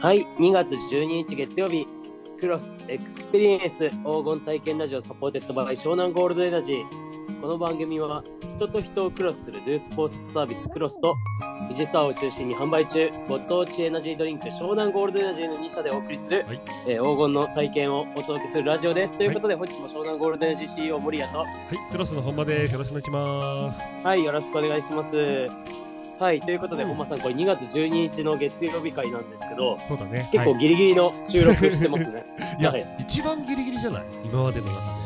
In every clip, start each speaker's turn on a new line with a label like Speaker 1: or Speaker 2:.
Speaker 1: はい、2月12日月曜日、クロスエクスペリエンス黄金体験ラジオサポーテッドバイ湘南ゴールドエナジー。この番組は人と人をクロスするドゥスポーツサービスクロスと藤沢を中心に販売中、ご当地エナジードリンク湘南ゴールドエナジーの2社でお送りする、
Speaker 2: はい
Speaker 1: えー黄金の体験をお届けするラジオです。ということで、本日も湘南ゴールドエナジー CEO 森谷と、
Speaker 2: はい、クロスの本間です。よろしくお願いします。
Speaker 1: はい、よろしくお願いします。はい、ということで、本間さん、これ2月12日の月曜日会なんですけど、
Speaker 2: そうだね。
Speaker 1: 結構
Speaker 2: は
Speaker 1: ギリギリの収録してますね。
Speaker 2: い、いや、
Speaker 1: はい
Speaker 2: 一番ギリギリじゃない今までの中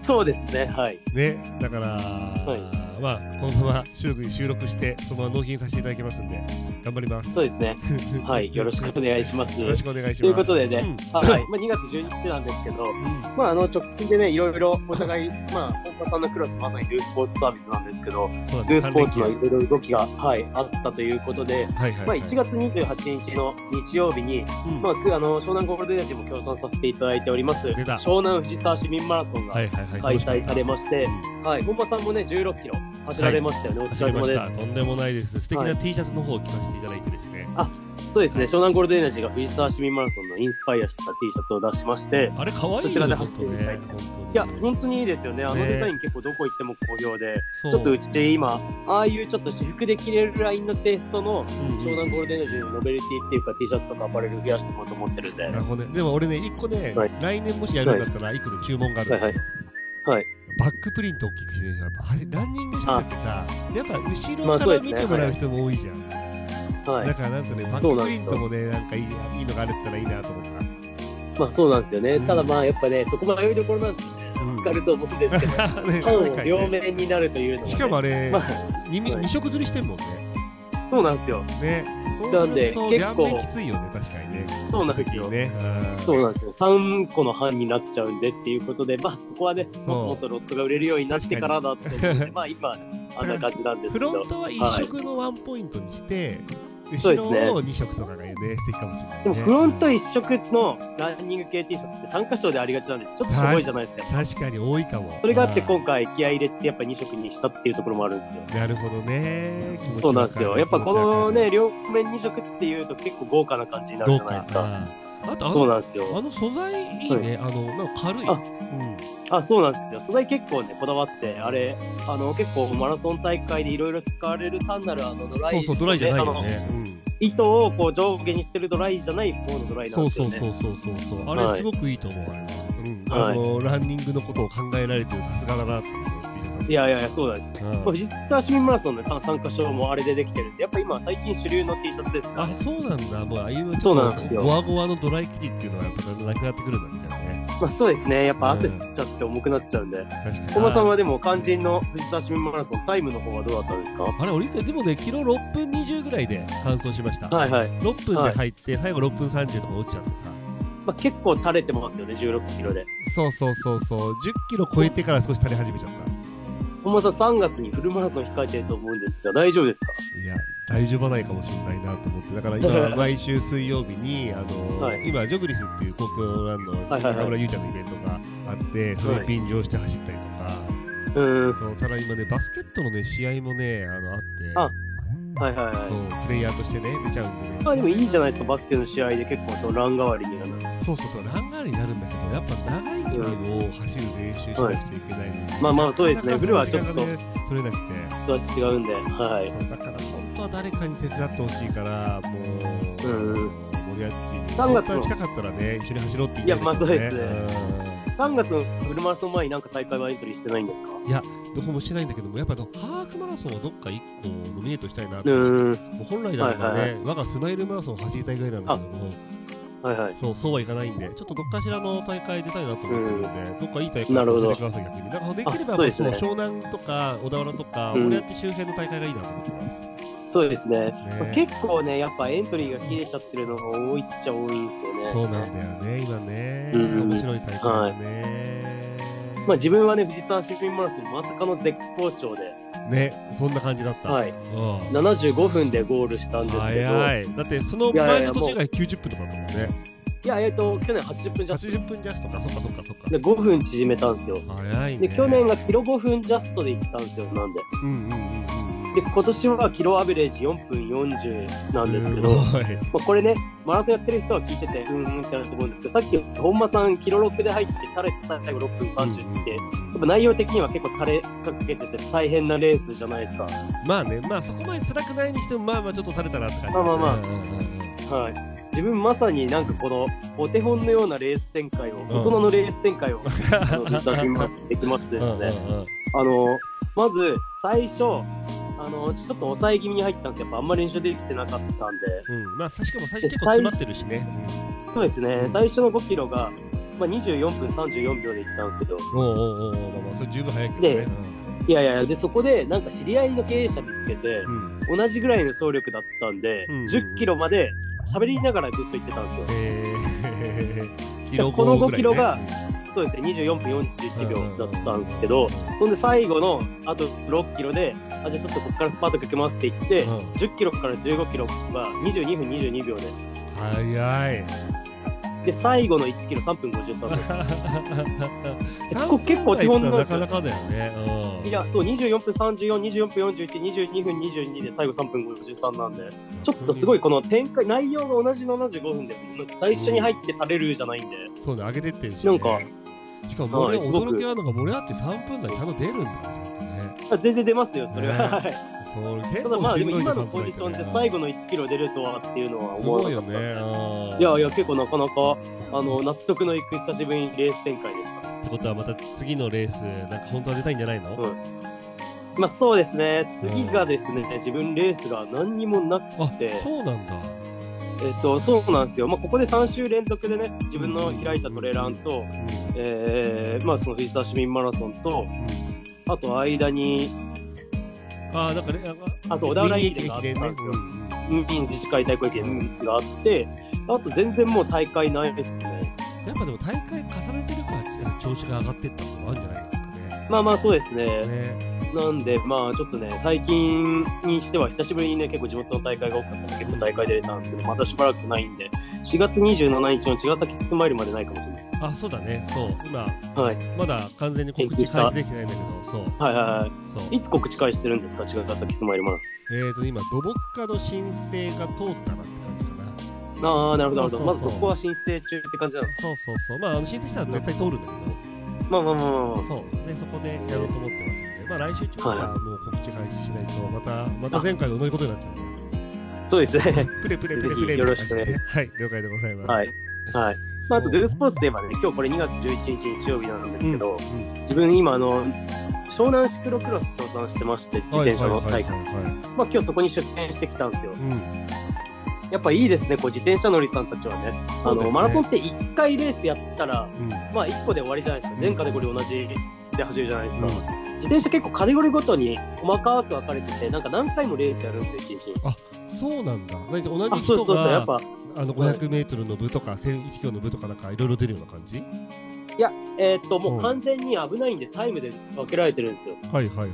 Speaker 1: そうですね、はい。
Speaker 2: で。ね、だから、
Speaker 1: は
Speaker 2: まあ、このまま収録収録して、そのまま納品させていただきますんで、頑張ります。
Speaker 1: そうですね。はい、よろしくお願いします。
Speaker 2: よろしくお願いします。
Speaker 1: ということでね
Speaker 2: うん
Speaker 1: はい、まあ、2月12日なんですけど、
Speaker 2: うん
Speaker 1: まあ、あの直近でね、いろいろお互い、まあ、本間さんのクロス、まさにドゥースポーツサービスなんですけど、
Speaker 2: そう
Speaker 1: ドゥ
Speaker 2: だね
Speaker 1: ースポーツのい
Speaker 2: 三連
Speaker 1: ろいろ動きが、はい、あったということで、
Speaker 2: 休はいは
Speaker 1: ま
Speaker 2: い、は
Speaker 1: あ、
Speaker 2: い。
Speaker 1: 1月28日の日曜日に、
Speaker 2: うん
Speaker 1: まあ、くあの湘南ゴールデンエナジーも協賛させていただいております、
Speaker 2: 出た
Speaker 1: 湘南藤沢市民マラソンが
Speaker 2: はいはいはい。
Speaker 1: 開催されまして、
Speaker 2: うん
Speaker 1: はい、本間さんもね、16キロ走られましたよね、お疲
Speaker 2: 走
Speaker 1: れ
Speaker 2: りま
Speaker 1: 様
Speaker 2: し
Speaker 1: で
Speaker 2: た。とんでもないです。素敵
Speaker 1: は
Speaker 2: ない T シャツの方を着させていただいてですね。
Speaker 1: す。そうですね、湘南ゴールデンエナジーが藤沢市民マラソンのインスパイアした T シャツを出しまして、
Speaker 2: あれ、可愛いよね
Speaker 1: そちらで走っていただいて
Speaker 2: 本当ね本当に
Speaker 1: いや、本当にいいですよね、あの
Speaker 2: ね
Speaker 1: デザイン結構どこ行っても好評で、
Speaker 2: そう
Speaker 1: ちょっとうち今、ああいうちょっと私服で着れるラインのテイストの
Speaker 2: うん
Speaker 1: 湘南ゴールデンエナジーのノベルティっていうか T シャツとかアパレル増やしていこうと思ってるんで、
Speaker 2: なる
Speaker 1: は
Speaker 2: ほどね。でも俺ね、一個ね、
Speaker 1: はい
Speaker 2: 来年もしやるんだったら、一個の注文があるんですよ。
Speaker 1: はいい、
Speaker 2: バックプリント大きくしてるじゃん。やっぱあれランニングシャツってさ、やっぱ後
Speaker 1: まあ
Speaker 2: ろか
Speaker 1: そう
Speaker 2: ら
Speaker 1: です
Speaker 2: 見
Speaker 1: ね
Speaker 2: てもらう人も多いじゃん。
Speaker 1: はい
Speaker 2: だ。からなんとね、バッ
Speaker 1: そう
Speaker 2: ク
Speaker 1: なん
Speaker 2: プ
Speaker 1: で
Speaker 2: リ
Speaker 1: す
Speaker 2: ン
Speaker 1: よ
Speaker 2: トもね、なんかいいいいのがあるったらいいなと思った。
Speaker 1: まあそうなんですよね、
Speaker 2: うん
Speaker 1: ただまあやっぱね、そこ迷いどころなんですよね。
Speaker 2: うん
Speaker 1: わかると思うん ですけど、
Speaker 2: ね
Speaker 1: パン
Speaker 2: 確か
Speaker 1: を
Speaker 2: にね
Speaker 1: 両面になるというのが、ね。
Speaker 2: しかもあれ、
Speaker 1: ま
Speaker 2: 二面
Speaker 1: はい
Speaker 2: 二色釣りしてんもんね。
Speaker 1: そうなんですよ。
Speaker 2: ね。そう
Speaker 1: な
Speaker 2: す
Speaker 1: んで
Speaker 2: ると、
Speaker 1: 結
Speaker 2: 両
Speaker 1: 構
Speaker 2: 面きついよね、確かにね。
Speaker 1: そうなんですよ
Speaker 2: ね。うん
Speaker 1: そうなんですよ。3個の班になっちゃうんでっていうことで、まあそこはね、
Speaker 2: そう
Speaker 1: もっともっとロットが売れるようになってからだって思う
Speaker 2: 確
Speaker 1: ん
Speaker 2: か
Speaker 1: で、
Speaker 2: に
Speaker 1: まあ今、あんな感じなんです
Speaker 2: フ
Speaker 1: けど。
Speaker 2: ロントは一色のワンポイントにして、
Speaker 1: そうです
Speaker 2: 後
Speaker 1: ね
Speaker 2: ろを二色とかがね、素敵かもしれない、ね。
Speaker 1: でもフロント一色のランニング系 T シャツって3箇所でありがちなんで、ちょっとすごいじゃないですか。
Speaker 2: 確かに多いかも。
Speaker 1: それがあって
Speaker 2: うん
Speaker 1: 今回気合い入れてやっぱ2色にしたっていうところもあるんですよ。
Speaker 2: なるほどね。気持ち
Speaker 1: そうなん
Speaker 2: わ
Speaker 1: で
Speaker 2: かる
Speaker 1: すよ。やっぱこの、
Speaker 2: 気持
Speaker 1: ね、両面2色っていうと結構豪華な感じになる
Speaker 2: ち
Speaker 1: じゃ
Speaker 2: わ
Speaker 1: ないで
Speaker 2: かる
Speaker 1: すか。。
Speaker 2: どうかあとあ
Speaker 1: そう
Speaker 2: の、
Speaker 1: なんです
Speaker 2: あ
Speaker 1: よ。
Speaker 2: の素材いいね。あの、なんか軽い。
Speaker 1: あ
Speaker 2: うん。
Speaker 1: あ、そうなんですよ。素材結構ね、こだわって、あれ、あの、結構マラソン大会でいろいろ使われる単なるあのドライ
Speaker 2: そうそう、ドライじゃないよ
Speaker 1: あの
Speaker 2: ね。うん
Speaker 1: 糸をこう上下にしてるドライじゃない方のドライなん
Speaker 2: そう
Speaker 1: ですよね。
Speaker 2: そうそうそうそうそう。あ
Speaker 1: は
Speaker 2: れ
Speaker 1: い
Speaker 2: すごくいいと思う。あれはうん。
Speaker 1: はい
Speaker 2: あの、ランニングのことを考えられてるさすがだなって思う。ビジャさん
Speaker 1: いやいやいや、そうなんですよ。
Speaker 2: うん
Speaker 1: まあ、藤沢市民マラソンの参加賞もあれでできてるんで、やっぱ今最近主流の T シャツですね。
Speaker 2: あ、そうなんだ。もうああいう
Speaker 1: そうなんですよ
Speaker 2: ゴワゴワのドライ生地っていうのはやっぱなくなってくるんだね。じゃあね。
Speaker 1: まあ、そうですね。やっぱ汗
Speaker 2: うん
Speaker 1: 吸っちゃって重くなっちゃうんで。
Speaker 2: 確かに。
Speaker 1: 本間さんはでも肝心の藤沢市民マラソンタイムの方はどうだったんですか
Speaker 2: あれ、俺一回でもね、昨日6分20ぐらいで完走しました。
Speaker 1: はいはい。
Speaker 2: 6分で入って、最後6分30とか落ちちゃってさ。
Speaker 1: まあ、結構垂れてますよね、16キロで。
Speaker 2: そうそうそうそう、10キロ超えてから少し垂れ始めちゃった。
Speaker 1: 本間さん、3月にフルマラソン控えてると思うんですが、大丈夫ですか
Speaker 2: いや、大丈夫ないかもしれないなと思って、だから今、毎週水曜日に、あ の
Speaker 1: はい
Speaker 2: 今、ジョグリスっていう公共ランドの
Speaker 1: はいはい
Speaker 2: 中村優ちゃんのイベントがあって、それに便乗して走ったりとか、
Speaker 1: うーん。
Speaker 2: そうただ今ね、バスケットのね、試合もね、あのあって、
Speaker 1: あはいはいはい。
Speaker 2: そうプレイヤーとしてね、出ちゃうんでね。
Speaker 1: まあでもいいじゃないですか、バスケの試合で結構そのラン代わりにはなる。
Speaker 2: そうそうとランガールになるんだけどやっぱ長い距離を走る練習しなくちゃいけないのに、
Speaker 1: いまあまあそうですね
Speaker 2: なか
Speaker 1: フル
Speaker 2: な
Speaker 1: は
Speaker 2: か
Speaker 1: ちょっと
Speaker 2: 時間がね取れなくて
Speaker 1: 質は違うんで、はい。
Speaker 2: そうだから本当は誰かに手伝ってほしいからもう、
Speaker 1: うんうん
Speaker 2: 森アッチに
Speaker 1: 三月の
Speaker 2: 本当は近かったらね一緒に走ろうって言
Speaker 1: いやまあそうですね
Speaker 2: ね
Speaker 1: 3月のフルマラソン前になんか大会はエントリーしてないんですかう
Speaker 2: うんどこもしてないんだけどもやっぱあのハーフマラソンをどっか一個ノミネートしたいなって、
Speaker 1: ーん。
Speaker 2: もう本来ならばね、
Speaker 1: はいはい
Speaker 2: 我がスマイルマラソンを走りたいぐらいなんだけども
Speaker 1: はいはい。
Speaker 2: そうそうはいかないんでちょっとどっかしらの大会出たいなと思ってるので、どっかいい大会
Speaker 1: なるほど
Speaker 2: 出てください逆にだからできれば
Speaker 1: あ
Speaker 2: そ、
Speaker 1: そううですね
Speaker 2: 湘南とか小田原とか
Speaker 1: うん
Speaker 2: 森アッチ周辺の大会がいいなと思ってます、
Speaker 1: そうですね。まあ
Speaker 2: ね
Speaker 1: 結構ね、やっぱエントリーが切れちゃってるのが多いっちゃ多いんですよね。
Speaker 2: そうなんだよね、今ね。
Speaker 1: うん
Speaker 2: 面白い大会だね。
Speaker 1: まあ自分はね、藤沢市民マラソン、まさかの絶好調で、
Speaker 2: ね、そんな感じだった。
Speaker 1: はい
Speaker 2: うん
Speaker 1: 75分でゴールしたんですけど、
Speaker 2: 早い。だって、その前の年が90分とかだったもんね。
Speaker 1: いや、えっ、と、去年80分ジャストで
Speaker 2: 80
Speaker 1: す。
Speaker 2: 分ジャストか、そっかそっかそっか。
Speaker 1: で、5分縮めたんですよ。
Speaker 2: 早いね。
Speaker 1: で、去年がキロ5分ジャストで行ったんですよ、なんで。
Speaker 2: うんうんうんうんうん。
Speaker 1: で今年はキロアベレージ4分40なんですけど、
Speaker 2: ご
Speaker 1: ま
Speaker 2: い
Speaker 1: あ、これね、マラソンやってる人は聞いてて、うんうんってなると思うんですけど、さっき本間さん、キロ6で入って、タレ最後6分30って、やっぱ内容的には結構タレかけてて大変なレースじゃないですか。
Speaker 2: まあね、まあそこまで辛くないにしても、まあまあちょっと垂れたなって感じ。
Speaker 1: まあまあまあ
Speaker 2: うんうんうん
Speaker 1: はい、自分まさになんかこのお手本のようなレース展開を、
Speaker 2: ん
Speaker 1: 大人のレース展開を、あの久しぶりにできましてです
Speaker 2: うん
Speaker 1: ね、
Speaker 2: うんうん
Speaker 1: あのまず最初あの、ちょっと抑え気味に入ったんですよ、やっぱあんまり練習できてなかったんで、
Speaker 2: うん、まあしかも最初結構詰まってるしね。
Speaker 1: そうですね、最初の5キロが、まあ、24分34秒でいったんですけど、
Speaker 2: うん、おうおうおうおうまあまあそれ十分早いけどね。
Speaker 1: でいやいや、でそこでなんか知り合いの経営者見つけて
Speaker 2: う、ん、
Speaker 1: 同じぐらいの走力だったんで、
Speaker 2: うんうんうん
Speaker 1: 10キロまで喋りながらずっと行ってたんですよ。
Speaker 2: えー、 キロ
Speaker 1: この
Speaker 2: 五ぐらいね
Speaker 1: 5キロがそうですね、24分41秒だったんですけど、そんで最後のあと6キロで、あ、じゃあちょっとここからスパートかけますって言って、
Speaker 2: うんうん
Speaker 1: 10キロから15キロが22分22秒で、
Speaker 2: 早い。
Speaker 1: で、最後の1キロ3分53です。
Speaker 2: 三
Speaker 1: こ結構手本なん
Speaker 2: な
Speaker 1: です
Speaker 2: か
Speaker 1: よ
Speaker 2: なかだよね。うん
Speaker 1: いや、そう、24分34、24分41、22分22で最後3分53なんで、ちょっとすごいこの展開、内容が同じ75分で、なんか最初に入って垂れるじゃないんで、
Speaker 2: そうね、上げてってるし、ね。
Speaker 1: なんか、
Speaker 2: しかも、俺、
Speaker 1: はいすごく
Speaker 2: 驚きなのが、モレアって3分台ちゃんと出るんだね、ちゃんとね。
Speaker 1: あ全然出ますよ、それは。はい
Speaker 2: そう、結
Speaker 1: ただま
Speaker 2: 構
Speaker 1: あ、で
Speaker 2: しん
Speaker 1: も
Speaker 2: どい
Speaker 1: 今のポジションで最後の1キロ出るとはっていうのは
Speaker 2: す
Speaker 1: 思わ
Speaker 2: ごい
Speaker 1: なかっ
Speaker 2: よ
Speaker 1: たん
Speaker 2: ね。
Speaker 1: で。
Speaker 2: うん
Speaker 1: いやいや、結構なかなかあの納得のいく久しぶりにレース展開でした。
Speaker 2: ってことはまた次のレースなんか本当は出たいんじゃないの、
Speaker 1: うんまあそうですね、次がですね、自分レースが何にもな
Speaker 2: あ
Speaker 1: くて、
Speaker 2: そうなんだ
Speaker 1: えっと、そうなんですよ、まあ、ここで3週連続でね、自分の開いたトレランと、
Speaker 2: うん
Speaker 1: えーまあ、その藤沢市民マラソンと、
Speaker 2: うん
Speaker 1: あと間に、
Speaker 2: あーなんかね
Speaker 1: あそう小田原駅伝があったんですよ
Speaker 2: うん
Speaker 1: うん自治会対抗意見があって、あと全然もう大会ないですね。
Speaker 2: やっぱでも大会重ねてるから調子が上がってったこともあるんじゃないかっ
Speaker 1: まあまあそうです
Speaker 2: て
Speaker 1: ね。
Speaker 2: ねね
Speaker 1: なんでまあちょっとね、最近にしては久しぶりにね、結構地元の大会が多かったので、結構大会出れたんですけど、またしばらくないんで、4月27日の茅ヶ崎スマイルまでないかもしれないです。
Speaker 2: あそうだねそう今
Speaker 1: はい。
Speaker 2: まだ完全に告
Speaker 1: 延期
Speaker 2: 知
Speaker 1: した
Speaker 2: 開始できてないんだけどそう
Speaker 1: はいはいは
Speaker 2: そう
Speaker 1: い。いつ告知開始するんですか、茅ヶ崎スマイルマラソン。
Speaker 2: えーと今土木課の申請が通ったなって感じかな
Speaker 1: ああ、なるほど、なる
Speaker 2: そうそうそ
Speaker 1: ほど。
Speaker 2: う
Speaker 1: まずそこは申請中って感じなの。
Speaker 2: そうそうそうまああの申請したら絶対通るんだけど
Speaker 1: まあまあまあまあま
Speaker 2: そうでそこでやろうと思ってますんで、まあ、来週中に
Speaker 1: はい
Speaker 2: はもう告知開始しないと、またまた前回と同じことになっちゃうんで、
Speaker 1: あ。そうですね。
Speaker 2: プレプレプ
Speaker 1: ぜ
Speaker 2: レプレ
Speaker 1: ひよろしくお願いします
Speaker 2: はい、了解でございます。
Speaker 1: はい。はい。まあ、あと、ドゥースポー
Speaker 2: ツ
Speaker 1: ツといえばね、今日これ2月11日日曜日なんですけど、
Speaker 2: うんうん
Speaker 1: 自分今、あの、湘南シクロクロス協賛してまして、自転車の大会。
Speaker 2: はいはいはいはい
Speaker 1: まあ、今日そこに出店してきたんですよ。
Speaker 2: うん
Speaker 1: やっぱいいですね、こう自転車乗りさんたちはね。
Speaker 2: そ
Speaker 1: あ
Speaker 2: うだよ
Speaker 1: の
Speaker 2: ね
Speaker 1: マラソンって1回レースやったら、
Speaker 2: うん
Speaker 1: まあ1個で終わりじゃないですか。前回でこれ同じで走るじゃないですか。
Speaker 2: うん
Speaker 1: 自転車結構カテゴリーごとに細かく分かれてて、なんか何回もレースやるんですよ、1日に。
Speaker 2: そうなんだ。なんか同
Speaker 1: あ、
Speaker 2: じ
Speaker 1: そ
Speaker 2: 人
Speaker 1: うそ
Speaker 2: が
Speaker 1: うそう、やっぱ。
Speaker 2: あの500メートルの部とか1001キロの部とかなんかいろいろ出るような感じ。
Speaker 1: いや、えーっと、も
Speaker 2: うん
Speaker 1: う完全に危ないんで、タイムで分けられてるんですよ。
Speaker 2: はいはいはいはい。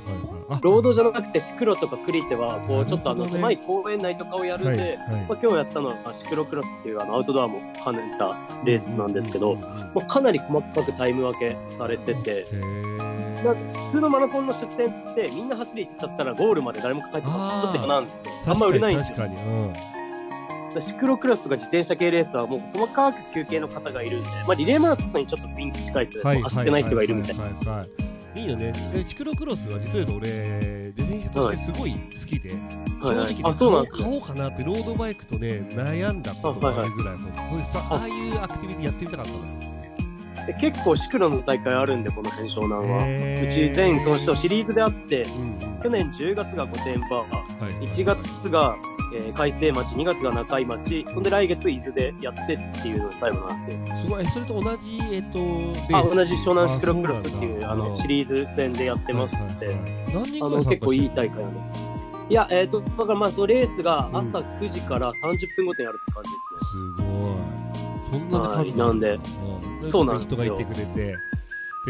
Speaker 2: あ
Speaker 1: ロードじゃなくて、シクロとかクリテは、こう、ちょっとあ
Speaker 2: な
Speaker 1: の、
Speaker 2: るほどね
Speaker 1: 狭い公園内とかをやる
Speaker 2: は
Speaker 1: ん
Speaker 2: い
Speaker 1: で、ま
Speaker 2: は
Speaker 1: あ、今日やったのはシクロクロスっていうあのアウトドアも兼ねた
Speaker 2: い。
Speaker 1: レースなんですけど、
Speaker 2: うんうんうん
Speaker 1: まあ、かなり細かくタイム分けされてて、
Speaker 2: へー
Speaker 1: なんか普通のマラソンの出店ってみんな走り行っちゃったらゴールまで誰も帰ってこな
Speaker 2: あー
Speaker 1: いちょっと嫌なんですけどあんま売れないんですよ
Speaker 2: 確かに確かにうん。
Speaker 1: だからシクロクロスとか自転車系レースはもう細かく休憩の方がいるんで、まあ、リレーマラソンにちょっと雰囲気近いですね、その走ってない人がいるみたいな。
Speaker 2: な。はいはいはいいいよね。でシクロクロスは実は言うと俺自転車としてすごい好きで、
Speaker 1: はいはい
Speaker 2: 正直ね
Speaker 1: あそうなんです
Speaker 2: 買
Speaker 1: ね
Speaker 2: おうかなってロードバイクとね悩んだことがあるぐらい、そういうさ
Speaker 1: あ
Speaker 2: ああいうアクティビティやってみたかったのよ。
Speaker 1: で結構シクロの大会あるんでこの辺湘南は、
Speaker 2: へー
Speaker 1: うち全総賞シリーズであって
Speaker 2: うんうん
Speaker 1: 去年10月が御殿場
Speaker 2: はいはい
Speaker 1: 1月が、えー海星町、2月が中井町、そんで来月伊豆でやってっていうのが最後なんですよ。
Speaker 2: すごいえそれと同じえっとレ
Speaker 1: あ、
Speaker 2: ース
Speaker 1: 同じ湘南シクロクロスっていうあのシ
Speaker 2: ーズ
Speaker 1: リーズ戦でやってまして、
Speaker 2: 何人
Speaker 1: あ
Speaker 2: ぐら
Speaker 1: の
Speaker 2: い参加してる
Speaker 1: 結構いい大会なの。いや、えっ、と、だからまあ、そのレースが朝9時から30分ごとにやるって感じですね。
Speaker 2: すごい。そんなに
Speaker 1: はい
Speaker 2: 数
Speaker 1: なんで
Speaker 2: うん
Speaker 1: そうなんですよ
Speaker 2: 人がいてくれて。。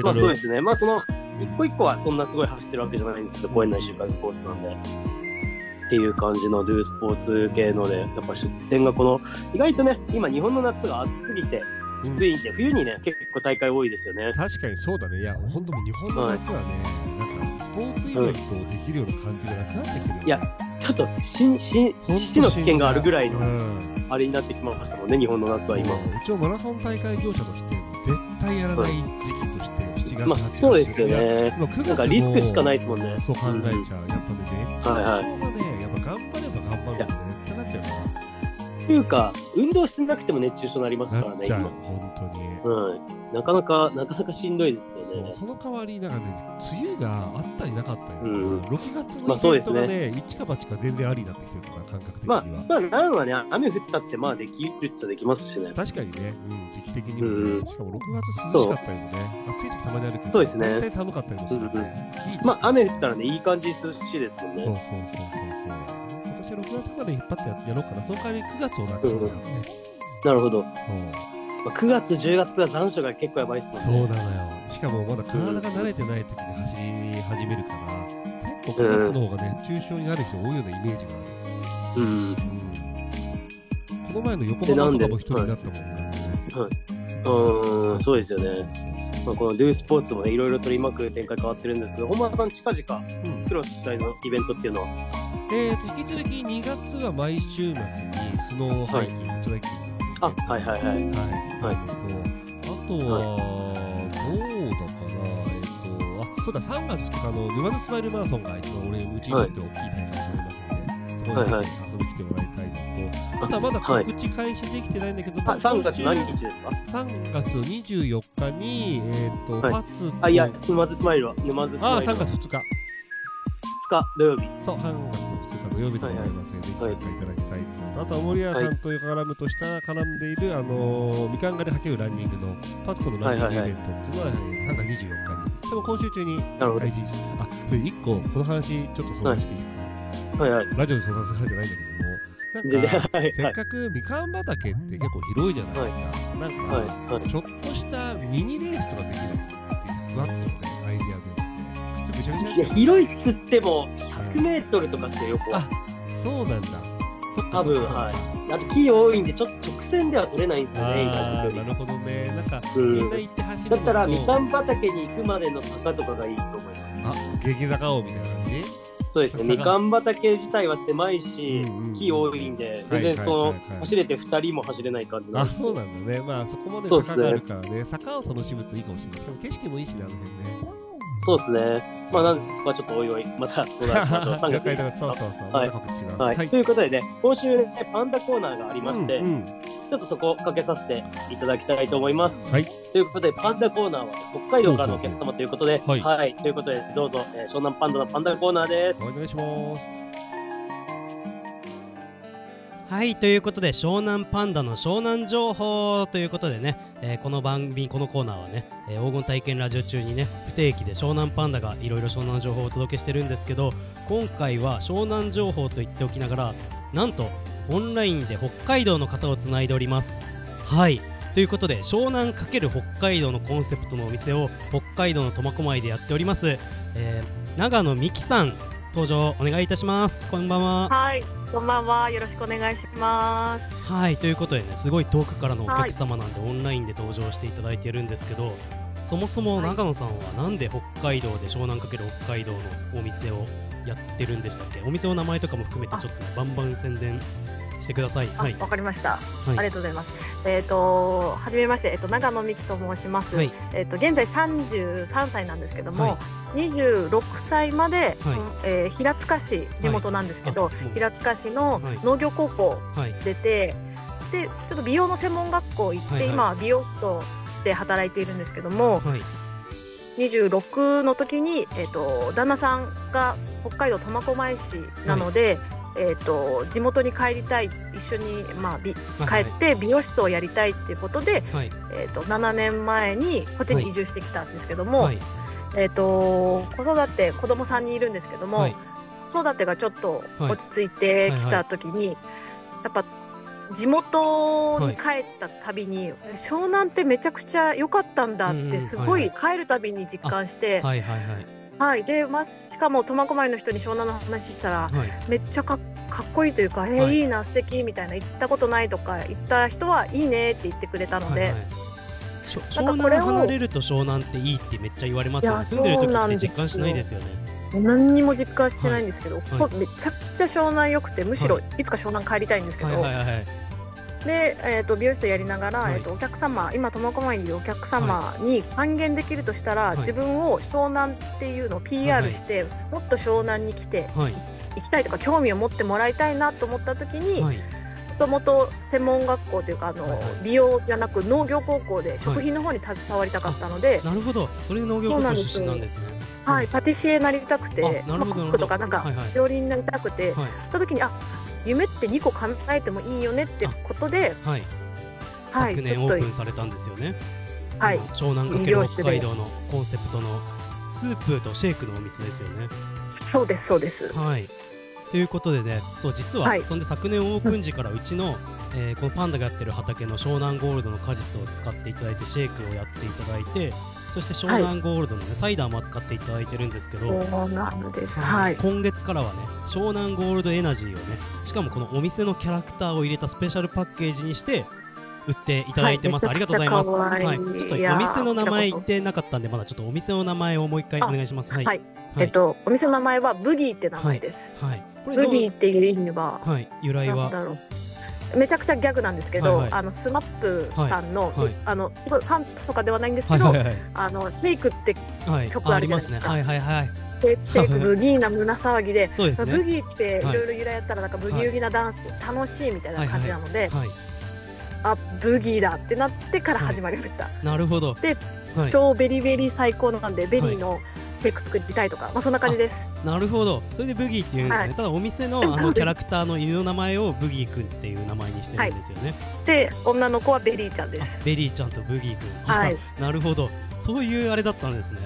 Speaker 1: まあそうですすね。まあその一個一個はそんなすごい走ってるわけじゃないんですけど、公園内周回コースなんで。っていう感じのドゥスポーツ系ので、やっぱ出店がこの、意外とね、今日本の夏が暑すぎて、きついんで、冬にね、結構大会多いですよね。
Speaker 2: 確かにそうだね。いや、本当もう日本の夏はね、スポーツイベントをできるような環境じゃなくなってきてるよね
Speaker 1: いやちょっと死ん死ん
Speaker 2: ほんと
Speaker 1: 死の危険があるぐらい
Speaker 2: 死んだ
Speaker 1: の
Speaker 2: うん
Speaker 1: あれになってきましたもんね、日本の夏は今。
Speaker 2: そう一応マラソン大会業者として絶対やらない時期として7月8月
Speaker 1: まあそうですよね。
Speaker 2: もう9月
Speaker 1: なんかリスクしかないですもんね。
Speaker 2: そう考え
Speaker 1: うん
Speaker 2: ちゃう。やっぱね、熱中症
Speaker 1: はい
Speaker 2: が
Speaker 1: は
Speaker 2: ね、やっぱ頑張れば頑張るほど絶対なっちゃうから。
Speaker 1: というか、運動してなくても熱中症になりますか
Speaker 2: な
Speaker 1: ら
Speaker 2: っ
Speaker 1: ね、
Speaker 2: ちゃう、
Speaker 1: 今。
Speaker 2: 本当に。
Speaker 1: うん。なかなか、なかなかしんどいですよ
Speaker 2: そう
Speaker 1: ね。
Speaker 2: その代わり、なんかね、梅雨があったりなかったりとか、
Speaker 1: うん
Speaker 2: 6月
Speaker 1: ま
Speaker 2: の
Speaker 1: あそう
Speaker 2: イ
Speaker 1: で
Speaker 2: ベント
Speaker 1: す
Speaker 2: が
Speaker 1: ね
Speaker 2: ね、一か八か全然ありになってきてるから、感覚的に
Speaker 1: ま
Speaker 2: は。
Speaker 1: あ、まあ、ランはね、雨降ったって、まあ、できるっちゃできますしね。
Speaker 2: 確かにね、うん、時期的にもね、
Speaker 1: うん
Speaker 2: しかも6月涼しかったりもね、暑い時たまにあるけど、
Speaker 1: そうですね
Speaker 2: 大体寒かったりもするからね。いい時期
Speaker 1: まあ、雨降ったらね、いい感じに涼しいですもん
Speaker 2: そうそう
Speaker 1: ね。
Speaker 2: そうそうそう。今年6月まで引っ張ってややろうかな。その代わり9月をなくそうだよね。
Speaker 1: なるほど。ま
Speaker 2: そう。
Speaker 1: あ、9月、10月は残暑が結構やばいですもんね。
Speaker 2: そうなのよ。しかもまだ体が慣れてない時に走り始めるから、結構9月の方が熱中症になる人多いようなイメージがある。
Speaker 1: うん。
Speaker 2: うん、この前の横
Speaker 1: でなん
Speaker 2: 浜とか
Speaker 1: で
Speaker 2: も一人になったもんね。
Speaker 1: うーん、そうですよね。まあ、このドゥスポーツもね、いろいろ取り巻く展開変わってるんですけど、本間さん、近々、
Speaker 2: そうそうそううん
Speaker 1: プロ主催のイベントっていうのは、
Speaker 2: えー、と引き続き2月は毎週末にスノーハイキング、トレッキング
Speaker 1: あ、はいはいはい。
Speaker 2: は
Speaker 1: は
Speaker 2: い、
Speaker 1: い
Speaker 2: えーとあとは、どうだかな、えっ、と、あそうだ、3月2日の沼津スマイルマラソンが一番俺、うちにとって大きい大会と思いますので、
Speaker 1: はいはい
Speaker 2: そこにぜひ遊びに来てもらいたいのと、
Speaker 1: あ
Speaker 2: あとはまだ
Speaker 1: はい
Speaker 2: 告知開始できてないんだけど、
Speaker 1: あ3月何日ですか
Speaker 2: ?3 月24日に、えっ、と、
Speaker 1: はい
Speaker 2: パッツ
Speaker 1: あ、いや、沼津スマイルは、沼津ス
Speaker 2: あ
Speaker 1: マ
Speaker 2: あ、
Speaker 1: イルは。
Speaker 2: 3月2
Speaker 1: 2
Speaker 2: 日。
Speaker 1: 日土曜日。
Speaker 2: そう、3月の2日土曜日でございますので、
Speaker 1: はいはい
Speaker 2: ぜひ参加いただきたいというのと、あとは森谷さんと絡むとしたら、絡んでいる、あのーみかん狩りかけるランニングのパツコのランニングイベントっていうのは、えー3月24日に、でも今週中に
Speaker 1: なるほ
Speaker 2: 配信し、あ、それ1個、この話、ちょっと相談していいですか、
Speaker 1: ど。はいはい。
Speaker 2: ラジオで相談する話じゃないんだけど
Speaker 1: 全
Speaker 2: も、
Speaker 1: 然、
Speaker 2: なんか、
Speaker 1: はい
Speaker 2: せ
Speaker 1: は
Speaker 2: っ
Speaker 1: い。
Speaker 2: かくみかん畑って結構広いじゃないですか、なんか、
Speaker 1: はいはい。
Speaker 2: ちょっとしたミニレースとかできないっていう、ふわっとね、アイディアベースで、靴ぐちゃぐちゃに
Speaker 1: いや、広いっつっても、100メートルとかですよ、横は。
Speaker 2: あそうなんだ。そっか
Speaker 1: 多分
Speaker 2: そっか
Speaker 1: はいあと、木多いんで、ちょっと直線では取れないんですよね、意
Speaker 2: あ
Speaker 1: 外
Speaker 2: ーなるほどね。なんか、
Speaker 1: と。う。
Speaker 2: みんなん行って走る
Speaker 1: だ
Speaker 2: の
Speaker 1: ったら、みか
Speaker 2: ん。
Speaker 1: ん畑に行くまでの坂とかがいいと思います。
Speaker 2: あ、激坂王みたいな感じ
Speaker 1: そうですね、
Speaker 2: 坂
Speaker 1: みかん畑自体は狭いし
Speaker 2: うんうんうん、
Speaker 1: 木多いんで、全
Speaker 2: はい
Speaker 1: 然
Speaker 2: はい
Speaker 1: そ
Speaker 2: はいはい
Speaker 1: の、走れて2人も走れない感じなん
Speaker 2: あ、
Speaker 1: です
Speaker 2: そう
Speaker 1: よ。
Speaker 2: なんだね。まあ、そこまで
Speaker 1: そうっ
Speaker 2: 坂
Speaker 1: すね
Speaker 2: があるからね。坂を楽しむといいかもしれない。しかも景色もいいしね、あの辺ね。
Speaker 1: そうですね。まあ、なんでそこはちょっとおいおい、また相談しましょう。3
Speaker 2: 了
Speaker 1: 月
Speaker 2: 解
Speaker 1: に
Speaker 2: だそうそうそう。
Speaker 1: はい
Speaker 2: また告知します。
Speaker 1: はい、ということでね、今週ね、パンダコーナーがあり
Speaker 2: い
Speaker 1: まして、
Speaker 2: うんうん
Speaker 1: ちょっとそこをかけさせていただきたいと思います。
Speaker 2: はい。
Speaker 1: ということで、パンダコーナーは北海道からのお客様ということで、
Speaker 2: ほうほうほう
Speaker 1: はい、ということで、どうぞ、えー湘南パンダのパンダコーナーです。
Speaker 2: お願いします。
Speaker 3: はいということで湘南パンダの湘南情報ということでね、えーこの番組このコーナーはね、えー黄金体験ラジオ中にね不定期で湘南パンダがいろいろ湘南情報をお届けしてるんですけど今回は湘南情報と言っておきながらなんとオンラインで北海道の方をつないでおりますはいということで湘南×北海道のコンセプトのお店を北海道の苫小牧でやっております、えー長野美希さん登場お願いいたしますこんばんは
Speaker 4: はい、こんばんは。よろしくお願いします。
Speaker 3: はいということでねすごい遠くからのお客様なんで、オンラインで登場していただいてるんですけどそもそも
Speaker 4: はい
Speaker 3: 長野さんはなんで北海道で湘南かける北海道のお店をやってるんでしたっけお店の名前とかも含めて
Speaker 4: あ
Speaker 3: ちょっとねバンバン宣伝してください
Speaker 4: あ
Speaker 3: はい
Speaker 4: わかりました。
Speaker 3: はい
Speaker 4: ありがとうございます。えっ、と、はじめまして、えっ、と、長野美希と申します。
Speaker 3: はい
Speaker 4: えっ、と、現在三十三歳なんですけど
Speaker 3: はい
Speaker 4: も、二十六歳まで、
Speaker 3: はい
Speaker 4: えー平塚市地元なんですけど、
Speaker 3: はいあもう
Speaker 4: 平塚市の
Speaker 3: はい
Speaker 4: 農業高校
Speaker 3: はい
Speaker 4: 出て。で、ちょっと美容の専門学校行って、
Speaker 3: はいはい
Speaker 4: 今は美容師として働いているんですけども。
Speaker 3: はい
Speaker 4: 26の時に、えっと旦那さんが北海道苫小牧市なので、えっと地元に帰りたい一緒に、まあ、び帰
Speaker 3: はい
Speaker 4: って美容室をやりたいっていうことで、
Speaker 3: はい
Speaker 4: えっと7年前にこっちに移住してきたんですけども、
Speaker 3: はい
Speaker 4: えっと子育て子供さんにいるんですけども、
Speaker 3: はい
Speaker 4: 子育てがちょっと
Speaker 3: はい
Speaker 4: 落ち着いてきた時に、やっぱ地元に帰ったたびに、湘南ってめちゃくちゃ良かったんだ
Speaker 3: うん
Speaker 4: っ
Speaker 3: うん
Speaker 4: てすご
Speaker 3: はい
Speaker 4: い帰るたびに実感して、はい
Speaker 3: はいはいはい
Speaker 4: で、まあ、しかも苫小牧の人に湘南の話したら
Speaker 3: はい
Speaker 4: めっちゃかっかっこいいというか「えー
Speaker 3: はい
Speaker 4: い、いな素敵みたいな行ったことないとか行った人は「いいね」って言ってくれたので、
Speaker 3: はいはい
Speaker 1: しょ
Speaker 4: なん
Speaker 1: 湘
Speaker 4: かこれ
Speaker 1: 南
Speaker 4: を
Speaker 1: 離れると湘南っていいってめっちゃ言われますよ
Speaker 4: い
Speaker 1: ね
Speaker 4: や
Speaker 1: 住んでる時
Speaker 4: そうな
Speaker 1: っ
Speaker 4: ん
Speaker 1: て
Speaker 4: ですよ
Speaker 1: 実感しないですよね
Speaker 4: 何にも実感してないんですけど、ほ
Speaker 1: は
Speaker 4: めちゃくちゃ湘南良くてむしろ
Speaker 1: はい
Speaker 4: つか湘南帰りたいんですけど、
Speaker 1: はいはいはいはい
Speaker 4: で、えー、と美容室やりながら、
Speaker 1: はい
Speaker 4: えー、とお客様今苫小牧にいるお客様に還元できるとしたら、
Speaker 1: はい
Speaker 4: 自分を湘南っていうのを PR して、もっと湘南に来て
Speaker 1: はい
Speaker 4: 行きたいとか興味を持ってもらいたいなと思った時にも
Speaker 1: はい
Speaker 4: ともと専門学校というかあの、
Speaker 1: はいはい
Speaker 4: 美容じゃなく農業高校で食品の方に携わりたかったので、
Speaker 1: なるほどそれで農業
Speaker 4: そう
Speaker 1: 高
Speaker 4: なん
Speaker 1: 校
Speaker 4: です
Speaker 1: 出身なんですね
Speaker 4: はい、パティシエになりたく
Speaker 1: あ
Speaker 4: て
Speaker 1: なるほどな
Speaker 4: まあ、コ
Speaker 1: る
Speaker 4: ッ
Speaker 1: ほど
Speaker 4: クとかなんか
Speaker 1: はいはい
Speaker 4: 料理人になりたくて、
Speaker 1: はい
Speaker 4: った時にあ夢って2個叶えてもいいよねってことで
Speaker 1: はい
Speaker 4: は
Speaker 1: 昨
Speaker 4: いち
Speaker 1: 年
Speaker 4: ょっ
Speaker 1: オ
Speaker 4: と
Speaker 1: ープンされたんですよね
Speaker 4: はい
Speaker 1: その湘南かけ
Speaker 4: 飲料
Speaker 1: る
Speaker 4: 酒
Speaker 1: 北
Speaker 4: で
Speaker 1: 海道のコンセプトのスープとシェイクのお店ですよね
Speaker 4: そうですそうです
Speaker 1: はい。ということでね、そう実は、
Speaker 4: はい
Speaker 1: そんで昨年オープン時からうちの、えーこのパンダがやってる畑の湘南ゴールドの果実を使っていただいてシェイクをやっていただいて、そして湘南ゴールドの、ねサイダーも使っていただいてるんですけど、
Speaker 4: そうなんですはい
Speaker 1: 今月からはね湘南ゴールドエナジーをねしかもこのお店のキャラクターを入れたスペシャルパッケージにして売っていただいてます、
Speaker 4: は
Speaker 1: あ
Speaker 4: い
Speaker 1: り
Speaker 4: め
Speaker 1: が
Speaker 4: ち
Speaker 1: とうご
Speaker 4: ゃ
Speaker 1: ざ
Speaker 4: くち
Speaker 1: います
Speaker 4: ゃ可愛い
Speaker 1: はい、ちょっとお
Speaker 4: いやー
Speaker 1: 店の名前言
Speaker 4: こ
Speaker 1: っ
Speaker 4: ち
Speaker 1: てなかったんでまだちょっとお店の名前をもう一回お
Speaker 4: あ
Speaker 1: 願いしますはい、
Speaker 4: はい
Speaker 1: はい
Speaker 4: えっとお店の名前はブギーって名前です、
Speaker 1: はい、これ
Speaker 4: ブギーっていう意味は
Speaker 1: はい、由来
Speaker 4: な
Speaker 1: は
Speaker 4: ん。だろうめちゃくちゃギャグなんですけど、
Speaker 1: はいはい
Speaker 4: あのスマップさん
Speaker 1: は
Speaker 4: の、
Speaker 1: いはい
Speaker 4: あのすごいファンとかではないんですけど、
Speaker 1: はいはい
Speaker 4: あのシェイクって
Speaker 1: はいはい、
Speaker 4: 曲あるじゃないですか
Speaker 1: ありますね。はいはいはい。
Speaker 4: シェイクブギーな胸騒ぎで
Speaker 1: そうですね。
Speaker 4: ブギーってい
Speaker 1: はい
Speaker 4: ろいろ由来やったらなんかブギウギなダンスって楽しいみたいな感じなので、
Speaker 1: はい、
Speaker 4: あブギーだってなってから始まりました、
Speaker 1: なるほど。
Speaker 4: で
Speaker 1: はい、
Speaker 4: 超ベリベリ最高なんでベリーのシェイク作りたいとか、まあそんな感じです
Speaker 1: なるほど。それでブギーって言うんですね。
Speaker 4: はい
Speaker 1: ただお店のあのキャラクターの犬の名前をブギーくんっていう名前にしてるんですよね。
Speaker 4: で女の子はベリーちゃんで
Speaker 1: あ
Speaker 4: す
Speaker 1: ベリーちゃんとブギーくん。
Speaker 4: はい。
Speaker 1: なるほど。そういうあれだったんですね。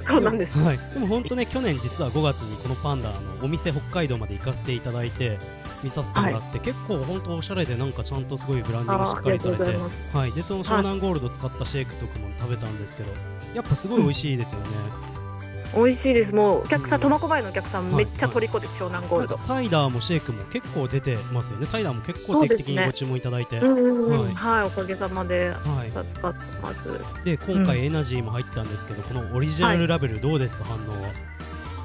Speaker 4: そうなんです、
Speaker 1: はい、でも本当ね、去年実は5月にこのパンダのお店北海道まで行かせていただいて。見させてもらって、結構本当おしゃれでなんかちゃんとすごいブランディングしっかりされて
Speaker 4: あーありがとうござい
Speaker 1: はいでその湘南ゴールド使ったシェイクとかも食べたんですけどやっぱすごい美味しいですよね、
Speaker 4: 美味しいですもうお客さ
Speaker 1: う
Speaker 4: ん
Speaker 1: ん
Speaker 4: 苫小牧のお客さん
Speaker 1: は
Speaker 4: め
Speaker 1: い
Speaker 4: っちゃ虜です、湘南ゴー
Speaker 1: なん
Speaker 4: ルド
Speaker 1: かサイダーもシェイクも結構出てますよねサイダーも結構
Speaker 4: そう
Speaker 1: 定期
Speaker 4: で
Speaker 1: 的
Speaker 4: すね
Speaker 1: にご注文いただいて、
Speaker 4: うんうんうん
Speaker 1: は
Speaker 4: はいい、おかげさまで
Speaker 1: はい
Speaker 4: 助かってます
Speaker 1: で今回エナジーも入ったんですけど、このオリジナルラベルどうですか、反応はい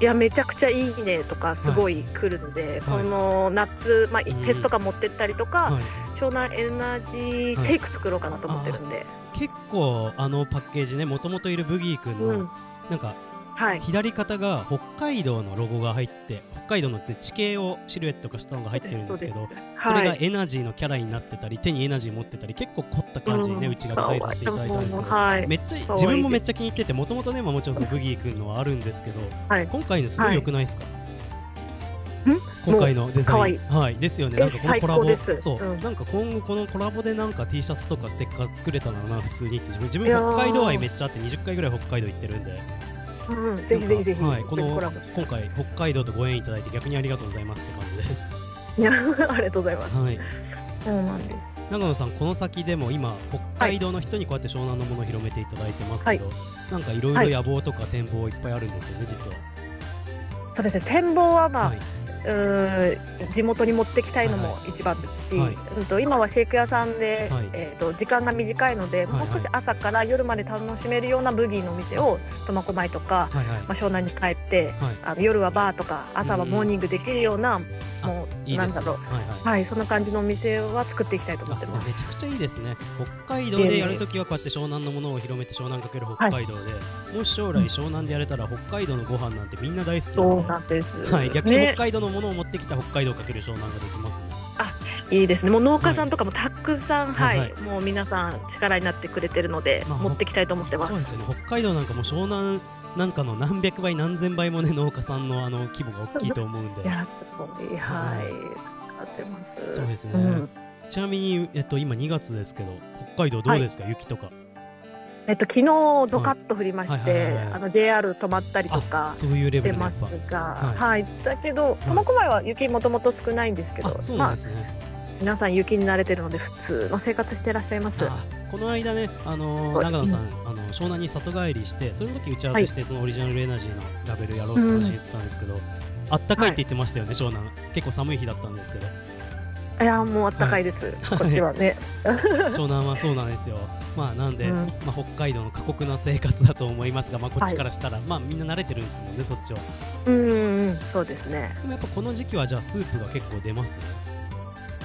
Speaker 4: やめちゃくちゃいいねとかすごい来るので、この夏、まあ、フ
Speaker 1: うん
Speaker 4: ェスとか持ってったりとか、
Speaker 1: はい
Speaker 4: 湘南エナジーシェイク作ろうかなと思ってるんで、
Speaker 1: 結構あのパッケージねもともといるブギーくんの、
Speaker 4: うん
Speaker 1: なんか
Speaker 4: はい
Speaker 1: 左肩が北海道のロゴが入って北海道のって地形をシルエット化したのが入ってるんですけど
Speaker 4: そう
Speaker 1: そ
Speaker 4: ですは
Speaker 1: れが
Speaker 4: い
Speaker 1: エナジーのキャラになってたり手にエナジー持ってたり結構凝った感じにね、うちがデザインさせていただいたんですけど
Speaker 4: はい
Speaker 1: めっちゃ
Speaker 4: 可愛いです
Speaker 1: 自分もめっちゃ気に入っててもともとね、まあ、もちろんそのブギーくんのはあるんですけど、
Speaker 4: はい
Speaker 1: 今回のすごい良くないですか、今
Speaker 4: もう
Speaker 1: 回のデザイン
Speaker 4: 可愛い
Speaker 1: はいですよね
Speaker 4: え
Speaker 1: なんかこのコラボ
Speaker 4: 最高です
Speaker 1: そう、
Speaker 4: うん
Speaker 1: なんか今後このコラボでなんか T シャツとかステッカー作れたらな普通にって自分自分
Speaker 4: いやー
Speaker 1: 北海道愛めっちゃあって20回ぐらい北海道行ってるんで
Speaker 4: うん、ぜひぜひぜひ、
Speaker 1: はい、こ
Speaker 4: 一緒
Speaker 1: の
Speaker 4: にコラボして
Speaker 1: 今回北海道とご縁いただいて逆にありがとうございますって感じです。
Speaker 4: いや ありがとうございます
Speaker 1: はい、
Speaker 4: そうなんです
Speaker 1: 長野さんこの先でも今北海道の人にこうやって湘南のものを広めていただいてますけど、なんかいろい
Speaker 4: はい
Speaker 1: ろ野望とか展望いっぱいあるんですよね実は。
Speaker 4: そうですね展望はまあ、
Speaker 1: はい、
Speaker 4: うーん地元に持ってきたいのも
Speaker 1: は
Speaker 4: 一番ですし、
Speaker 1: はい
Speaker 4: うん、と今はシェイク屋さんで、
Speaker 1: はい
Speaker 4: えー、と時間が短いので、
Speaker 1: はいはい
Speaker 4: もう少し朝から夜まで楽しめるようなブギーのお店を苫小牧とか、
Speaker 1: はいはい
Speaker 4: まあ、湘南に帰って
Speaker 1: はい
Speaker 4: あの夜はバーとか朝はモーニングできるような、
Speaker 1: あ
Speaker 4: もう
Speaker 1: いい
Speaker 4: な
Speaker 1: で
Speaker 4: ん
Speaker 1: す
Speaker 4: だ
Speaker 1: ね。
Speaker 4: ろ
Speaker 1: は
Speaker 4: う
Speaker 1: いはい。
Speaker 4: はい、そんな感じのお店は作っていきたいと思ってま
Speaker 1: あめち
Speaker 4: す
Speaker 1: ゃ。くちゃいいですね北海道でやるときはこうやって湘南のものを広めて湘南かける北海道で、もし将来湘南でやれたら北海道のご飯なんてみんな大好き
Speaker 4: そ
Speaker 1: な
Speaker 4: うん
Speaker 1: で
Speaker 4: なんです。
Speaker 1: はい、逆に北
Speaker 4: ね、
Speaker 1: 海道のものを持ってきた北海道かける湘南ができますね
Speaker 4: いいですね。もう農家さんとかもたくさん、
Speaker 1: は
Speaker 4: はいい、
Speaker 1: は
Speaker 4: もう皆さん力になってくれてるので、
Speaker 1: まあ
Speaker 4: 持ってきたいと思ってます
Speaker 1: そう。ですよね北海道なんかもう湘南なんかの何百倍何千倍もね農家さんのあの規模が大きいと思うんで
Speaker 4: いや、すごい、は、
Speaker 1: はい
Speaker 4: 助かってます。
Speaker 1: そうですね
Speaker 4: ん
Speaker 1: ちなみに、えっと、今2月ですけど北海道どうですか、雪とか
Speaker 4: えっと、昨日ドカッと降りまし
Speaker 1: はいはいはい
Speaker 4: て
Speaker 1: はい、
Speaker 4: あの JR 止まったりと
Speaker 1: あ
Speaker 4: か。
Speaker 1: そういうレ
Speaker 4: し
Speaker 1: ベ
Speaker 4: て
Speaker 1: ルのや
Speaker 4: ま
Speaker 1: っ
Speaker 4: す
Speaker 1: ぱ
Speaker 4: が、
Speaker 1: はい
Speaker 4: はい、だけど苫小牧は雪もともと少ないんですけど、
Speaker 1: あそうなん
Speaker 4: まあ
Speaker 1: ですね、
Speaker 4: 皆さん雪に慣れてるので普通の生活してらっしゃいます。
Speaker 1: あこの間ね、あのー
Speaker 4: はい
Speaker 1: 長野さん、あの湘南に里帰りして、その時打ち合わせして、そのオリジナルエナジーのラベルやろうって話言ったんですけど、あったかいって言ってましたよね、湘南。結構寒い日だったんですけど。
Speaker 4: いやもうあったかいです、こっちはね
Speaker 1: 湘南はそうなんですよ。まあなんで、
Speaker 4: うん
Speaker 1: まあ、北海道の過酷な生活だと思いますが、まあ、こっちからしたら、まあみんな慣れてるんですもんねそっちは。
Speaker 4: うんうんうんそうですね
Speaker 1: でもやっぱこの時期はじゃあスープが結構出ます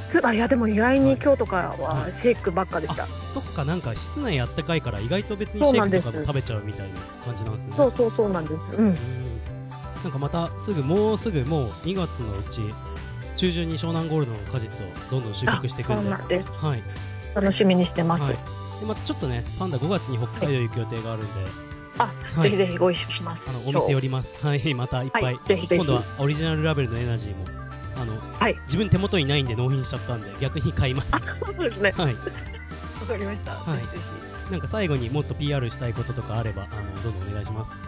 Speaker 4: つあいやでも意外
Speaker 1: は
Speaker 4: に
Speaker 1: い
Speaker 4: 今日とか
Speaker 1: は
Speaker 4: はいシェイクばっかでした、
Speaker 1: そっかなんか室内あったかいから意外と別に
Speaker 4: そう
Speaker 1: シェ
Speaker 4: な
Speaker 1: イ
Speaker 4: ん
Speaker 1: ク
Speaker 4: で
Speaker 1: と
Speaker 4: す
Speaker 1: かも食べちゃうみたいな感じなんですね。
Speaker 4: そうそうそうなんですうん
Speaker 1: うんなんかまたすぐもうすぐもう2月のうち中旬に湘南ゴールドの果実をどんどん収穫していくんで
Speaker 4: あそうなんです
Speaker 1: はい
Speaker 4: 楽しみにしてます、
Speaker 1: はい、でまたちょっとねパンダ5月に北海道行く予定があるんで、
Speaker 4: あ、
Speaker 1: い
Speaker 4: ぜひぜひご一緒します
Speaker 1: あのお店寄りますはいまたいっぱい、
Speaker 4: はいぜひぜひ
Speaker 1: 今度はオリジナルラベルのエナジーもあの、
Speaker 4: はい
Speaker 1: 自分手元にないんで納品しちゃったんで逆に買います
Speaker 4: あそうですね
Speaker 1: はい
Speaker 4: わかりました、
Speaker 1: はい
Speaker 4: ぜひぜひ
Speaker 1: なんか最後にもっと PR したいこととかあればあのどんどんお願いします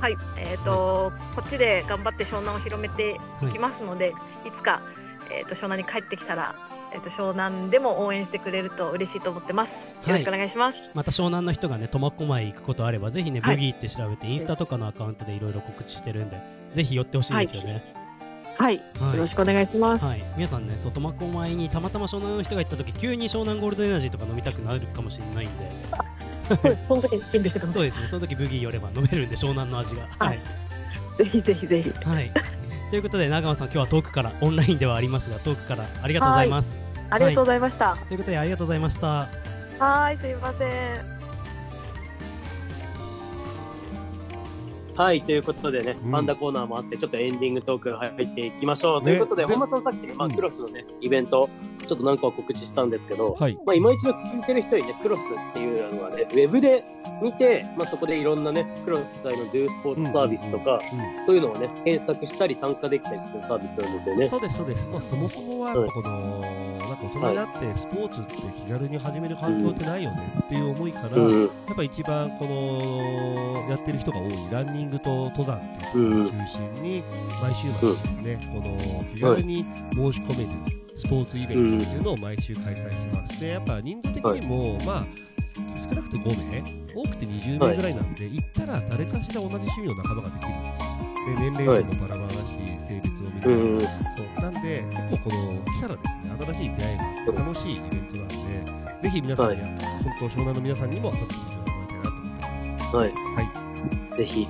Speaker 4: はい、えっ、と、こっちで頑張って湘南を広めていきますので、い、つか、えっ、と、湘南に帰ってきたら。えっ、と、湘南でも応援してくれると嬉しいと思ってます。
Speaker 1: い
Speaker 4: よろしくお願いします。
Speaker 1: また湘南の人がね苫小牧行くことあればぜひね、
Speaker 4: はい
Speaker 1: ブギーって調べてインスタとかのアカウントでいろいろ告知してるんでぜひ寄ってほしいですよね、
Speaker 4: はい、
Speaker 1: はい
Speaker 4: よろしくお願いします。
Speaker 1: はい、皆さんね、そう苫小牧にたまたま湘南の人が行った時急に湘南ゴールドエナジーとか飲みたくなるかもしれないんで、
Speaker 4: そう です、その時に準備してくだ
Speaker 1: そ
Speaker 4: さ
Speaker 1: う
Speaker 4: い。
Speaker 1: ですね、その時ブギー寄れば飲めるんで、湘南の味が。は
Speaker 4: はいい。、 ぜひぜひぜひ。
Speaker 1: はい、ということで、長間さん、今日は遠くから、オンラインではありますが、遠くからありがとうございます。
Speaker 4: ありがとうございました。
Speaker 1: ということで、ありがとうございました。
Speaker 4: はい、すみません。
Speaker 5: はい、ということでね、
Speaker 2: うん
Speaker 5: パンダコーナーもあって、ちょっとエンディングトーク入っていきましょう。ということで、
Speaker 2: ね
Speaker 5: 本間さんさっきね、まあ、
Speaker 2: うん
Speaker 5: クロスのね、イベント、ちょっと何個か告知したんですけど、
Speaker 2: はい。
Speaker 5: まあ、今一度聞いてる人にね、クロスっていうのはね、ウェブで見て、まあ、そこでいろんなね、クロス主催のドゥースポーツサービスとか、
Speaker 2: うん
Speaker 5: そういうのをね、検索したり参加できたりするサービスなんですよね。
Speaker 2: そうですそうです、まあ、そもそもはやっぱこの、なんか大人になってスポーツって気軽に始める環境ってないよねっていう思いから、
Speaker 5: う
Speaker 2: や
Speaker 5: ん、
Speaker 2: っぱ一番このやってる人が多いランニングと登山っていうところを中心に毎週末ですね、この気軽に申し込めるスポーツイベントっていうのを毎週開催してますでやっぱ人数的にも、まあ少なくて5名多くて20名ぐらいなんで、行ったら誰かしら同じ趣味の仲間ができるっていうで年齢層もバラバラだし、性別を見て、
Speaker 5: うん、
Speaker 2: そうなんで結構この来たらですね新しい出会いがあって楽しいイベントなんでぜひ皆さんに、本当湘南の皆さんにも遊びに来ていただきたいなと思ってます
Speaker 5: はい、
Speaker 2: は
Speaker 5: ぜひ。
Speaker 2: い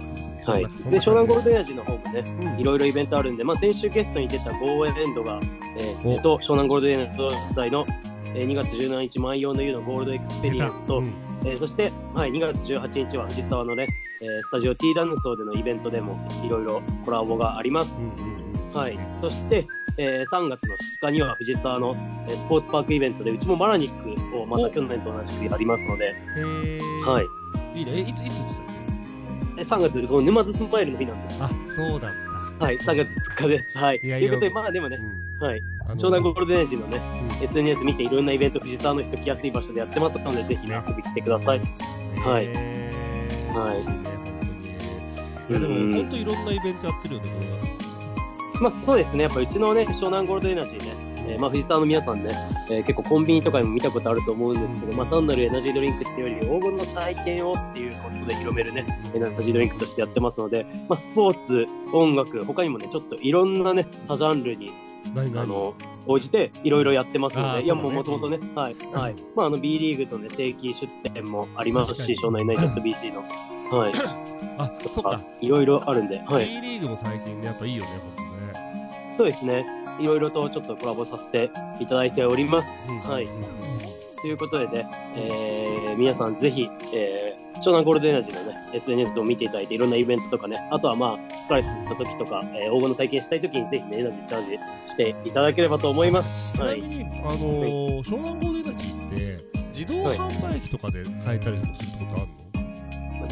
Speaker 5: はい
Speaker 2: そんなそんな感じ、
Speaker 5: で
Speaker 2: です
Speaker 5: 湘南ゴールドエナジーの方もね、
Speaker 2: い、うん
Speaker 5: いろいろイベントあるんで、まあ、先週ゲストに出たゴーエンドが、えー
Speaker 2: お
Speaker 5: えっと湘南ゴールドエンド主催の、えー2月17日、万葉の湯のゴールドエクスペリエンスと、
Speaker 2: うん
Speaker 5: えーそして、はい、2月18日は藤沢のね、えースタジオ T ダンソーでのイベントでもいろいろコラボがあります。
Speaker 2: うんうんうん
Speaker 5: はい
Speaker 2: ね、
Speaker 5: そして、えー3月の2日には藤沢の、えースポーツパークイベントでうちもマラニックをま
Speaker 2: お
Speaker 5: た去年と同じくやりますので、
Speaker 2: えー
Speaker 5: はい、
Speaker 2: いいねえいついつでしたっけ
Speaker 5: で3月その沼津スマイルの日なんですよ
Speaker 2: あそうだった
Speaker 5: はい3月2日です。はい、
Speaker 2: いや
Speaker 5: ということ
Speaker 2: い
Speaker 5: で
Speaker 2: や
Speaker 5: まあでもね、
Speaker 2: うん
Speaker 5: はい、
Speaker 2: あの
Speaker 5: 湘南ゴールデンエナジーのね
Speaker 2: うん
Speaker 5: SNS 見ていろんなイベント藤沢の人来やすい場所でやってますのでぜひね遊び来てください。はい
Speaker 2: えー
Speaker 5: はい
Speaker 2: 楽しいね本当にいやで
Speaker 5: うん
Speaker 2: も本当いろんなイベントやってるよねこれは
Speaker 5: まあそうですね、やっぱうちのね、湘南ゴールドエナジーね、えーまあ藤沢の皆さんね、えー結構コンビニとかにも見たことあると思うんですけど、まあ単なるエナジードリンクっていうより、黄金の体験をっていうことで広めるね、エナジードリンクとしてやってますので、まあスポーツ、音楽、他にもね、ちょっといろんなね、多ジャンルに、
Speaker 2: 何何
Speaker 5: あの、応じていろいろやってますの
Speaker 2: あー
Speaker 5: で、いや
Speaker 2: そうだ
Speaker 5: もう
Speaker 2: ね
Speaker 5: もともとね、はい、はい。まああの B リーグとね、定期出店もありますし、
Speaker 2: 確か
Speaker 5: 湘南ナイト BC の、はい、
Speaker 2: あそ
Speaker 5: と
Speaker 2: っか
Speaker 5: か、いろいろあるんで、はい。
Speaker 2: B リーグも最近ねやっぱいいよね本当ね。
Speaker 5: そうですね。いろいろとちょっとコラボさせていただいております。
Speaker 2: うん
Speaker 5: はい。
Speaker 2: うんうん
Speaker 5: ということでね、えー皆さんぜひ、えー湘南ゴールデンエナジーのね、SNS を見ていただいて、いろんなイベントとかね、あとはまあ、疲れた時とか、えー、黄金の体験したい時にぜひね、エナジーチャージしていただければと思います。
Speaker 2: ち
Speaker 5: は
Speaker 2: ないみ。に、あのー湘南ゴールデンエナジーって自動販売機とかで買えたりもするってことあるの？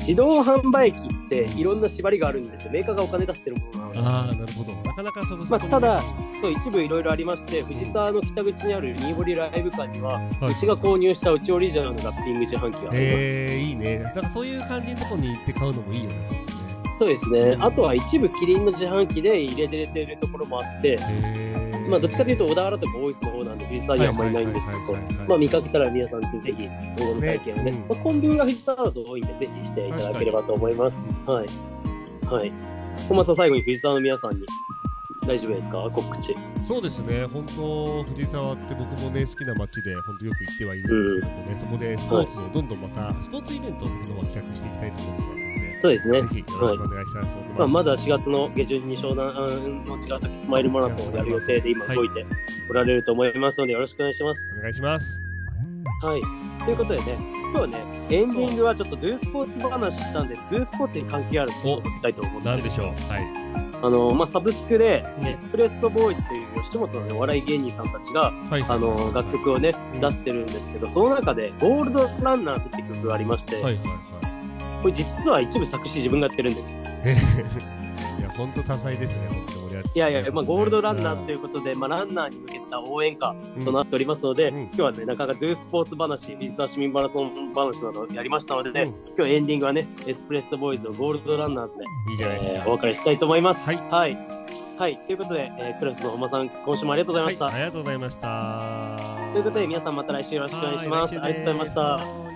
Speaker 5: 自動販売機っていろんな縛りがあるんですよ。メーカーがお金出してるものなので。
Speaker 2: ああなるほど。なかなかそこそこにね。
Speaker 5: まあただそう、一部いろいろありまして、藤沢の北口にあるニーボリライブ館には、
Speaker 2: はいう
Speaker 5: ちが購入したうちオリジナルのラッピング自販機があります。
Speaker 2: えー、いいね。なんかそういう感じのとこに行って買うのもいいよね。本
Speaker 5: そうですね。あとは一部キリンの自販機で入れてれてるところもあって
Speaker 2: 当、ねへー
Speaker 5: まあどっちかというと小田原とか大磯の方なんで藤沢にはあんまりないんですけ
Speaker 2: はいはいはいはいは
Speaker 5: ど、
Speaker 2: い
Speaker 5: まあ見かけたら皆さんぜひ黄金の体験をね、
Speaker 2: ねうん
Speaker 5: まあ、コンビニが藤沢だと多いんでぜひしていただければと思います。
Speaker 2: 確かに
Speaker 5: はい。はい。小松さん最後に藤沢の皆さんに大丈夫ですか告知。
Speaker 2: そうですね、本当、藤沢って僕もね、好きな街で、本当よく行ってはいるんですけどもね、そこでスポーツをどんどんまた、スポーツイベントを僕の方は企画していきたいと思ってますので、
Speaker 5: そうですね
Speaker 2: ぜ。ひよろしくお願いしたいと思います。
Speaker 5: まあ、まずは4月の下旬に湘南の茅ヶ崎スマイルマラソンをやる予定で今動いておられると思いますのでよろしくお願いします。
Speaker 2: お願いします。
Speaker 5: はい。ということでね、今日はね、エンディングはちょっとドゥースポーツ話したんで、ドゥースポーツに関係あることを聞きたいと思って
Speaker 2: な
Speaker 5: る
Speaker 2: んでしょう。
Speaker 5: う
Speaker 2: はい。
Speaker 5: あの、まあ、サブスクで、
Speaker 2: うん
Speaker 5: エスプレッソボーイズという吉本のねお笑い芸人さんたちが、
Speaker 2: はい。
Speaker 5: あの、楽曲をね、
Speaker 2: うん
Speaker 5: 出してるんですけど、その中で、ゴールドランナーズって曲がありまして、
Speaker 2: はいはいは
Speaker 5: これ実は一部作詞自分がやってるんですよ。
Speaker 2: い。いや、本当多彩ですね、本当に盛り上がって
Speaker 5: いやいや、まあ、ゴールドランナーズといううことで、まあ、ランナーに向けた応援歌
Speaker 2: ん
Speaker 5: となっておりますので、
Speaker 2: うん
Speaker 5: 今日はね、なかなかドゥースポーツ話、水沢市民マラソン話などやりましたので、ね
Speaker 2: うん
Speaker 5: 今日エンディングはね、エスプレッソボーイズのゴールドランナーズで、
Speaker 2: いいじゃないです
Speaker 5: え
Speaker 2: か。
Speaker 5: ーお別れしたいと思います。
Speaker 2: はい
Speaker 5: はい。はいということで、えークラスの本間さん、今週もありがとうございました。
Speaker 2: はいありがとうございました。
Speaker 5: ということで、皆さんまた来週よろしくお願いします。あ
Speaker 2: は
Speaker 5: りがとうございました。
Speaker 2: 来週です